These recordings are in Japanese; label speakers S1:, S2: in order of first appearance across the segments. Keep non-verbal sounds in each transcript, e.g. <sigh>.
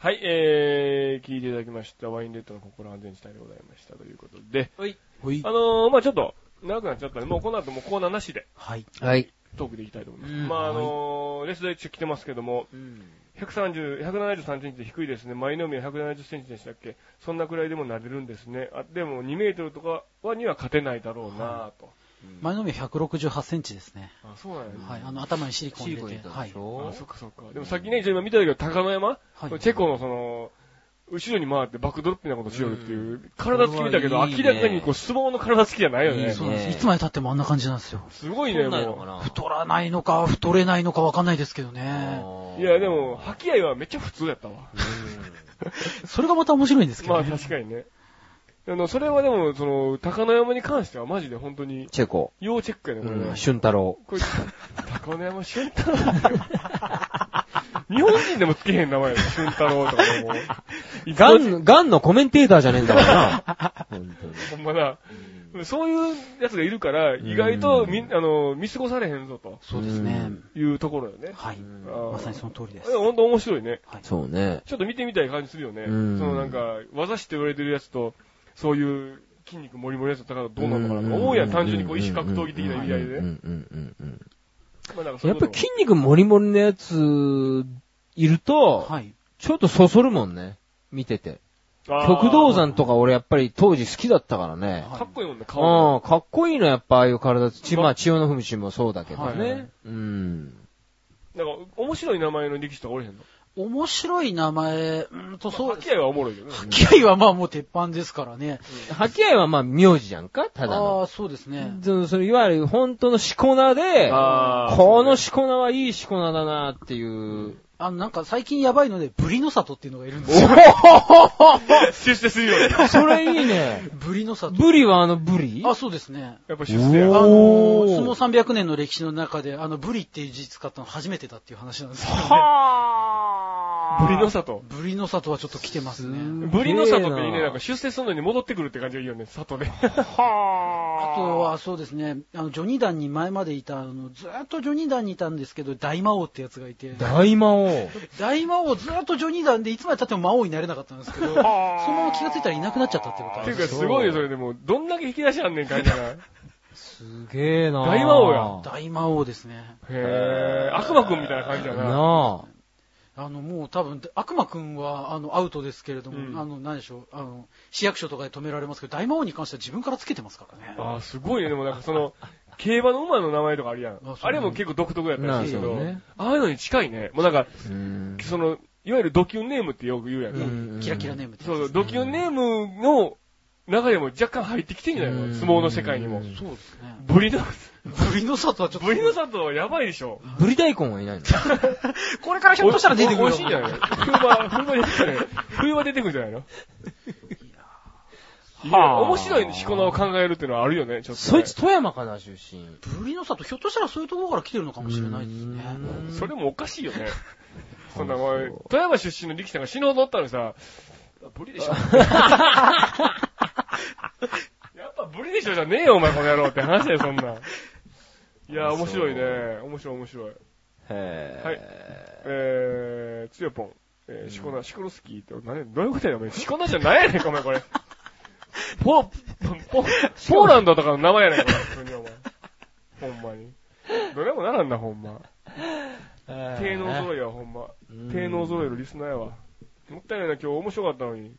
S1: はい、えー、聞いていただきました。ワインレッドの心安全地帯でございました。ということで、
S2: はい。はい
S1: あ。のー、まあちょっと、長くなっちゃったんで、もうこの後もうコーナーなしで
S2: はい。
S3: はい。
S1: トークでいきたいと思います。
S2: うん
S1: まああ
S2: はい
S1: のー、レースで中来てますけども、
S2: うん。
S1: 130、173センチで低いですね。前の海は170センチでしたっけそんなくらいでもなれるんですね。あでも2メートルとかはには勝てないだろうなぁと。
S2: 前のみは168センチですね。
S1: あ、そうなんやね。
S2: はい。あの、頭にシリコン
S3: シ
S2: 入
S3: ーコン
S2: れ
S3: 入れ
S2: て。
S3: た
S2: は
S3: で
S2: い
S3: し。ょ
S1: あ、そっかそっか。でも先ね、一応今見たけど、高野山、
S2: はい
S1: チェコのその、後ろに回ってバックドロップなことしよるっていう、体つき見たけど、
S3: これはいい
S1: 明
S3: ね
S1: らかにこう、相撲の体つきじゃないよね。
S3: いい
S2: そう
S3: ね
S2: なんです。いつまで経ってもあんな感じなんですよ。
S1: すごいね、
S3: 太んないのか
S1: も
S3: な
S2: 太らないのか、太れないのかわかんないですけどね。
S1: う。いや、でも、吐き合いはめっちゃ普通やったわ。
S2: それがまた面白いんですけ
S1: ま
S2: ど
S1: あ
S2: ね。
S1: 確かにね。あの、それはでも、その、高野山に関してはマジで本当に、
S3: チェコ。
S1: 要チェックやね、これ
S3: う
S1: ね
S3: ん、。俊太郎。
S1: これ、高野山俊太郎
S3: <laughs>
S1: ってよ日本人でもつけへん名前やね、俊太郎とかね
S3: <laughs>
S1: もう。
S3: ガン、ガンのコメンテーターじゃねえんだからな。 <laughs> 本当に。
S1: ほんまな。そういうやつがいるから、意外とみ、あの、見過ごされへんぞと
S2: そうですね。
S1: いうところよね。
S2: はい。
S1: あー
S2: まさにその通りです
S1: で。もほんと面白いね。
S3: そうね。
S1: ちょっと見てみたい感じするよね。そ
S3: うん
S1: のなんか、技師って言われてるやつと、そういう筋肉もりもりのやつとどうなのかなとか思うやん、単純にこう、意思格闘技的な意味合いで
S3: うん
S1: ね。
S3: うんうんうん
S1: まあなんかそう
S3: や
S1: い
S3: っ
S1: う
S3: ぱ
S1: こと
S3: り筋肉もりもりのやつ、いると、
S2: はい。
S3: ちょっとそそるもんね。見てて。
S1: あー
S3: 極道山とか俺やっぱり当時好きだったからね。
S1: かっこいいもんね、顔が。
S3: うん、かっこいいのやっぱああいう体つち、
S1: ま
S3: まあ、千代の文氏もそうだけど
S1: はいはい
S3: ね。うん。
S1: なんか、面白い名前の力士とかおれへんの。
S2: 面白い名前、うんと、そう
S1: 吐、き合いはおもろいよね。
S2: キャイはまあもう鉄板ですからね。
S3: 吐き合いはまあ、名字じゃんかた
S2: あ
S3: だの。
S2: あ、そうですね。
S3: その、そのいわゆる本当のしこ名で、
S1: あー
S3: このしこ名はいいしこ名だなっていう。
S2: あの、なんか最近やばいので、ブリの里っていうのがいるんですよ。
S3: お
S1: 出世するよね。
S3: それいいね。
S2: ブリの里。
S3: ブリはあのブリ
S2: あ、そうですね。
S1: やっぱ出世や
S3: う
S2: あ
S3: わ
S1: な。
S2: の
S3: おー
S2: ー、相撲300年の歴史の中で、あの、ブリっていう字使ったの初めてだっていう話なんですけどね、
S3: は
S1: ブリの里。
S2: ブリの里はちょっと来てますね。
S1: ブリの里っていいね、なんか出世するのに戻ってくるって感じがいいよね、里で。
S2: あとはそうですね、あの、ジョニーダンに前までいた、あの、ずーっとジョニーダンにいたんですけど、大魔王ってやつがいて、
S3: 大魔王。
S2: 大魔王ずーっとジョニーダンでいつまで経っても魔王になれなかったんですけど、そのまま気がついたらいなくなっちゃったってこと
S1: <laughs> っ
S2: は
S1: ていうか、すごいよ、それでもう、どんだけ引き出しあんねんかいな。
S3: すげえな
S1: 大魔王
S2: 大魔王ですね。
S1: へぇー、悪魔くんみたいな感じだな。
S3: なあ。
S2: あの、もう多分、悪魔くんは、あの、アウトですけれども、
S1: うん
S2: あの、何でしょう、あの、市役所とかで止められますけど、大魔王に関しては自分からつけてますからね。
S1: あー、すごいね、でもなんかその、競馬の馬の名前とかあるやん
S2: あそう。
S1: あれも結構独特やったりするけど
S3: なるほどね、
S1: ああいうのに近いね。もうなんか、
S3: うん
S1: その、いわゆるドキュンネームってよく言うやんか
S2: う。
S3: うんん
S2: キラキラネームってや
S1: そ
S2: つ
S1: う
S2: で
S1: そう、
S2: すね
S1: ドキュンネームの中でも若干入ってきてんじゃない
S3: うん
S1: の相撲の世界にも
S3: う。ん
S2: そうですね。
S1: ブリの、
S2: ブリの里はちょっと。
S1: ブリの里はやばいでしょ。
S3: ブリ大根は
S2: <laughs>
S3: いないの
S2: これからひょっとしたら出てくる
S1: お
S2: よ
S1: いしいんじゃないの冬場、冬場出てくるんじゃないの冬場出てくるんじゃないのいや、面白いね、しこ名を考えるっていうのはあるよね、ちょっとね。
S3: そいつ富山かな、出身。
S2: ブリの里、ひょっとしたらそういうところから来てるのかもしれないですね。
S1: それもおかしい
S2: <laughs>
S1: よね。そんな、お
S3: あそう
S1: 前、富山出身の力士さんが死ぬほどおったのにさ、ブリで
S2: <laughs>
S1: しょ。やっぱブリでしょじゃねえよ、お前この野郎って話だよ、そんなん。いや、面白いね。面白い、面白い。
S3: へ
S1: はいえー、つよぽん。えー、シコナ、シコロスキーって、何、どういうことやねん、お前。シコナじゃないやねんか、お前、こ
S3: <laughs>
S1: れ。ポ、ポ、ポポーランドとかの名前やねんか、普通に、お前。ほんまに。どれもならんな、ほんま。
S3: ぇ
S1: 低能揃いや、ほんま。低能揃いのリスナーやわ。もったいないな、今日面白かったのに。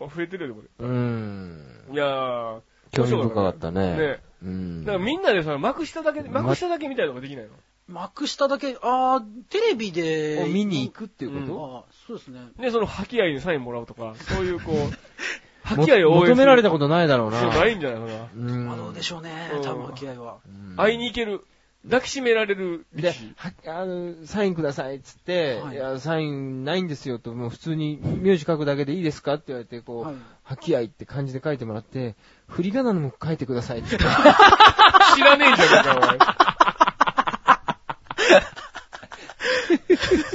S1: あ、増えてるよ、こ
S3: うん。
S1: れ。いやー。
S3: 興味深かったね。
S1: ね。
S3: うん。
S1: だからみんなでさ、幕下だけ、
S3: ま
S1: 幕下だけみたいなとこできないの
S2: 幕下だけ、あー、テレビで。
S3: を見に行くっていうこと
S2: あーそうですね。
S1: で、その、吐き合いにサインもらうとか、そういう
S3: <laughs>
S1: こう、
S3: も
S1: 吐き合いを応援
S3: 求
S1: する。
S3: められたことないだろうな。
S1: そうないんじゃないかな。
S3: う
S2: あ
S3: ん。
S2: のでしょうね
S1: う、ん
S2: 多分、気合は。
S1: 会いに行ける。抱きしめられる
S3: で
S1: 力士。、
S3: はあの、サインくださいっつって、
S2: はい
S3: い、や、サインないんですよと、もう普通に、名字書くだけでいいですかって言われて、こう、
S2: はい
S3: 吐き合いって漢字で書いてもらって、振り仮名のも書いてくださいって。 <laughs>
S1: 知らねえじゃねえか、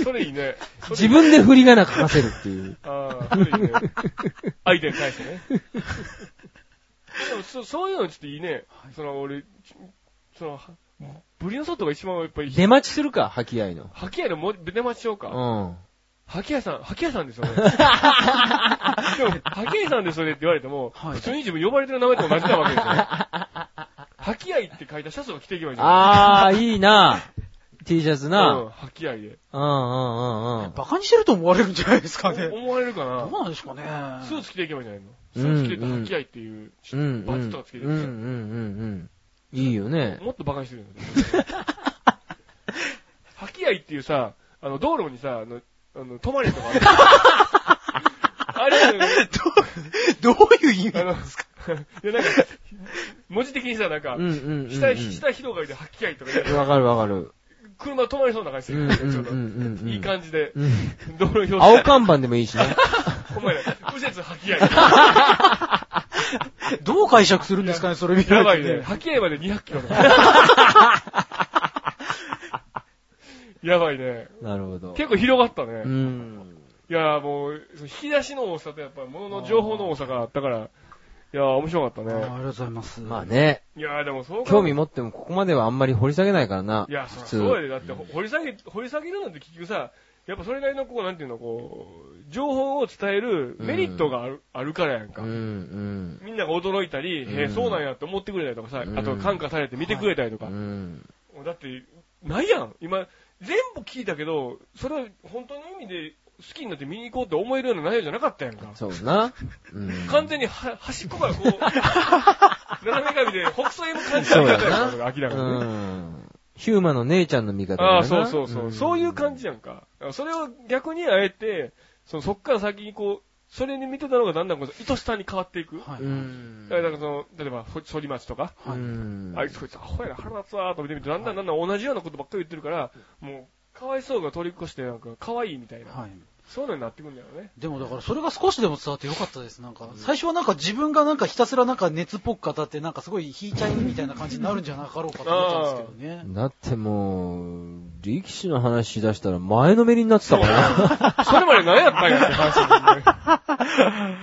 S1: お <laughs> 前。それいいね。それい
S3: 自
S1: い
S3: 分で振り仮名書かせるっていう。
S1: ああ、それいいね。相手に対してね。でもそ、そういうのちょっといいね。その、俺、ちその、はブリの外が一番やっぱり、
S3: 出待ちするか、吐き合いの。
S1: 吐き合いのも出待ちしようか。
S3: う
S1: 吐き屋さん、吐き屋さんです <laughs> よね。でも、吐き屋さんですよねって言われても、
S2: はい
S1: 普通に自分呼ばれてる名前と同じなわけで
S3: <laughs>
S1: すよね。吐き合いって書いたシャツを着ていけばいいじゃん。
S3: あー、いいな T シャツ
S1: うん、
S3: な
S1: 吐き合いで。
S3: うんうんうんうん。
S2: バカにしてると思われるんじゃないですかね。
S1: 思われるか
S2: ど
S1: な
S2: うなんですかね。
S1: スーツ着ていけばいいんじゃないのス
S3: う
S1: ー
S3: ん
S1: ツ着てて吐き合いっていう、
S3: うんうん。
S1: バッジとかつけて
S3: うんうんう
S1: る
S3: んうん。いいよね。
S1: もっとバカにしてるんだよ。
S3: <laughs>
S1: 吐き合いっていうさ、あの、道路にさ、あの、あの、泊まりとか
S3: <laughs>
S1: ある。あれ、
S2: どういう意味
S1: あの、 <laughs> いやなんか、文字的にさ、なんか
S3: うん、うんうん。
S1: 下、下広がりで吐き合いとか言う
S3: わかるわかる。
S1: 車止まりそうな感じす
S3: うん
S1: る
S3: う
S1: よ
S3: ん
S1: ねちょ
S3: う
S1: っ
S3: ん
S1: と
S3: う。んうん。
S1: いい感じで、
S3: うん。
S1: 道路標
S3: 青看板でもいいしね。 <laughs>
S1: お前ら、右折吐き合い。
S2: どう解釈するんですかね、それ見
S1: や
S2: ら
S1: ば
S2: れ
S1: い
S2: て
S1: ね。
S3: <laughs>
S2: ね。
S1: 吐き合いまで200キロだ。やばいね。
S3: なるほど。
S1: 結構広がった
S3: う
S1: ね。
S3: ん。
S1: いやーもう、その引き出しの多さとやっぱ物の情報の多さがあったから、いやー面白かった
S2: あーあり
S1: ね。
S2: がとうございます。
S3: まあね、
S1: いやーでもそう考え
S3: 興味持ってもここまではあんまり掘り下げないからな。
S1: いや、
S3: 普
S1: す
S3: 通。
S1: ごいね。だって、掘り下げ、掘り下げるなんて結局さ、やっぱそれなりの、こう、なんていうの、こう、情報を伝えるメリットがある,、あるからやんか。
S3: うんうん。
S1: みんなが驚いたり、
S3: うん
S1: へえ、そうなんやって思ってくれたりとかさ、
S3: うん
S1: あと感化されて見てくれたりと
S3: う
S1: か。
S3: ん。
S1: もうだって、ないやん。今、全部聞いたけど、それを本当の意味で好きになって見に行こうって思えるような内容じゃなかったやんか。
S3: そうな。うん。
S1: 完全には端っこからこう、斜め髪で北斎も感じたりだったやんか、明らかにね。
S3: うん。ヒューマの姉ちゃんの味方だよな
S1: ああ、そうそうそう。そういう感じ
S3: や。
S1: やんか。それを逆にあえて、そのそっから先にこう、それに見てたのがだんだんこう、愛しさに変わっていく。だか
S2: はい
S3: うん。
S1: らなんかその、例えば、ほ反町とか、
S3: う
S2: はい
S3: ん。
S1: あいつこいつアホやな腹立つわーと見てみて、だんだんだんだん同じようなことばっかり言ってるから、もう、かわいそうが通り越して、なんか、かわいいみたいな。
S2: はい。
S1: そういうのになってくんだよね。
S2: でもだからそれが少しでも伝わってよかったです。なんか、最初はなんか自分がなんかひたすらなんか熱っぽく語ってなんかすごい引いちゃうみたいな感じになるんじゃなかろうかと思ったんですけどね。
S3: だってもう、力士の話し出したら前のめりになってたか
S1: <laughs>
S3: らな。
S1: それまで何やったんやって話だもんね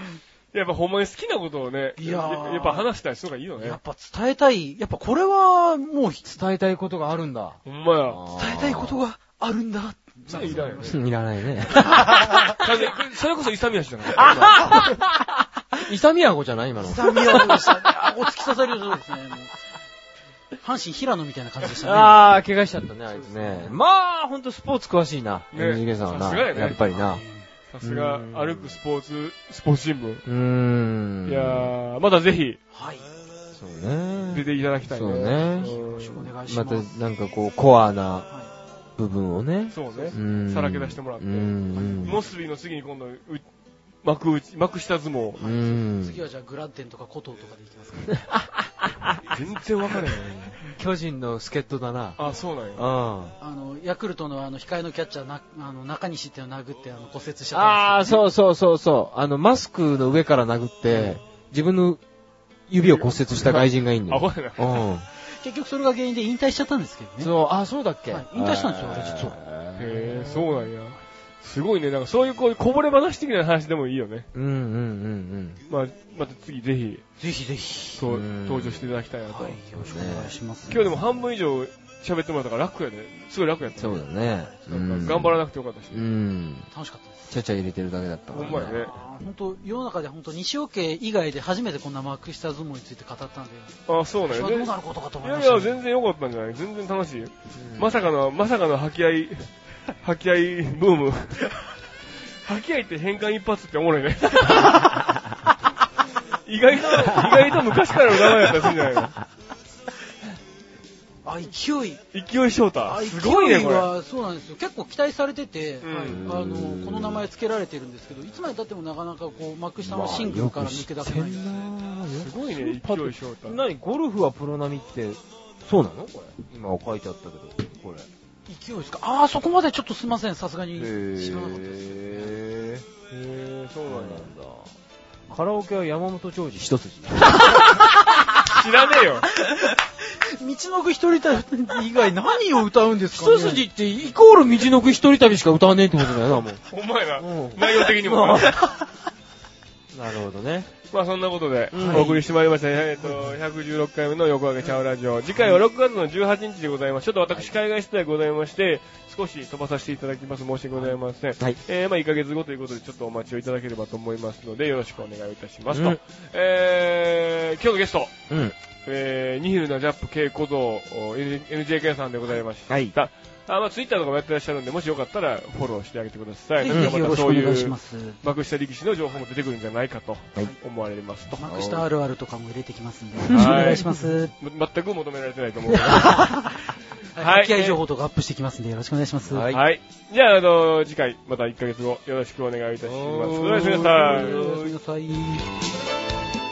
S1: やっぱほんまに好きなことをね、
S2: いやー
S1: やっぱ話したりするのがいいよ
S2: や
S1: ね
S2: っ。ぱ伝えたい、やっぱこれはもうひ
S3: 伝えたいことがあるんだ。
S1: ほんまや。
S2: 伝えたいことがあるんだ。
S1: それいらんよね。
S3: いらないね。 <laughs>
S1: 完全にそれこそ勇み足じゃない
S3: 勇みやごじゃない今の。
S2: 痛みはどうでしたね。顎突き刺されるそう <laughs> ですね。もう阪神平野みたいな感じでしたね。
S3: ああ、怪我しちゃったね、あいつね。まあ、ほんとスポーツ詳しいな。
S1: ね
S3: NGK さんは
S1: さす
S3: な。
S1: がやね
S3: やっぱりな。
S1: さすが、歩くスポーツ、スポーツ新聞。
S3: うーん。
S1: いやー、まだぜひ、
S2: はい。
S3: そう
S1: 出
S3: ね。
S1: ていただきたいね。
S3: そうね
S2: よ
S1: う
S2: ろしくお
S1: ん
S2: 願いし
S3: ま
S2: ま
S3: た
S2: す。、
S3: なんかこう、コアな
S2: は
S3: 部分をね。
S1: そうね
S3: う。ーん。
S1: さらけ出してもらって
S3: うーん。
S1: モスビーの次に今度、う幕内、幕下相撲。
S3: うー
S2: い、
S3: ん
S2: 次。はじゃあグラッテンとかコトーとかでいきますか、ね。
S1: 全然わかんない。
S3: 巨人の助っ人だな。
S1: あ、そうなんや。
S3: うん。
S2: あの、ヤクルトのあの、控えのキャッチャーな、あの、中西っていうのを殴って、あの、骨折しち
S3: あ
S2: ゃ
S3: あ、
S2: ったんですよ
S3: そうそうそうそう。あの、マスクの上から殴って、自分の指を骨折した外人がいんだ
S1: あ、
S3: よ。
S1: ほやな。
S3: うん。
S2: 結局それが原因で引退しちゃったんですけどね。
S3: そう、あ、そうだっけ
S2: はい引退したんですよ私実は
S1: へー、そうなんや。すごいね。なんかそういうこうこぼれ話的な話でもいいよね。
S3: うんうんうん
S1: まあ、また次ぜひ、
S2: ぜひぜひ。
S1: そう
S3: うん
S1: 登場していただきたいなと。
S2: はい、よろしくお願いします。
S1: 今日でも半分以上喋ってもらったから楽やね。すごい楽やっ
S3: うん。
S1: た。
S3: そうだね。
S1: なんか頑張ら
S3: な
S1: なくてよかったし。
S3: うん。
S2: 楽しかったです。
S3: ちゃちゃ入れてるだけだったか
S1: ほ
S3: ら。
S1: んまやね。
S2: あー本当世の中で本当西尾家以外で初めてこんな幕下相撲について語ったんで、
S1: あ、そうなん
S2: 私
S1: や
S2: は
S1: ね
S2: どう。なることかと
S1: い
S2: 思い
S1: や
S2: ま
S1: い
S2: した
S1: や、全
S2: ね、
S1: 然良かったんじゃない全然楽しいよ。
S3: うん
S1: まさかの、まさかの吐き合い、吐き合いブー <laughs> ム。吐き合いって変換一発っておもろいね。意外と、意外と昔からの名前やったりするんじゃないの
S2: あ、勢い。
S1: 勢い翔
S2: あ
S1: 太。すごいね、
S2: 勢
S1: これ。
S2: はそうなんですよ結構期待されてて、
S1: うん
S2: はいあのこの名前付けられてるんですけどいつまでたってもなかなかこう幕下のシングルから抜け出せないん
S1: す
S2: で、
S1: ごいね、勢い翔太。
S3: 何ゴルフはプロ並みって、そうなのこれ。今書いてあったけど、これ。
S2: 勢いですかああそこまでちょっとすいませんさすがに知らなかったです
S3: へ
S1: へー、そう
S3: そう
S1: な
S3: なん
S1: だ。
S3: んだ。カラオケは山本長治一筋。
S1: 知らねえよ。
S2: 道の具一人旅以外何を歌うんですか、ね、
S3: 一
S2: <laughs>
S3: 筋ってイコール道のく一人旅しか歌わねえってことだよな、もう。
S1: ほんまやな
S3: うん。
S1: 内容的にも。
S3: <laughs> なるほどね。
S1: まあそんなことで
S3: うん、
S1: お送りしてまいりました、えっと、116回目の横上げちゃうラジオ。次回は6月の18日でございます。ちょっと私、海外出題ございまして、少し飛ばさせていただきます。申し訳ございません。
S3: はい。
S1: えー、まあ1ヶ月後ということで、ちょっとお待ちをいただければと思いますので、よろしくお願いいたしますと。
S3: うん
S1: えー、今日のゲスト、
S3: うん。
S1: えー、ニヒルなジャップ系小僧、お NJK さんでございました。
S3: はい
S1: あ、まあツイッターとかもやってらっしゃるんで、もしよかったらフォローしてあげてください。
S2: ぜひ
S1: なん
S2: ぜ
S1: か
S2: ひ
S1: また
S2: よろしく
S1: そ
S2: お
S1: ういう
S2: 願いします。
S1: 幕下力士の情報も出てくるんじゃないかと
S3: はい
S1: 思われますと。
S2: 幕下あるあるとかも入れてきますんで、よ
S1: い
S2: ろしくお願いし <laughs> ます。
S1: ま全く求められてないと思うから。はい。
S2: 気合情報とかアップしてきますんで、よろしくお願いします。
S3: は
S1: はいい。じゃあ、あの、次回、また1ヶ月後、よろしくお願いいたします。おやすみなさい。
S2: おやすみなさい。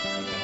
S4: 「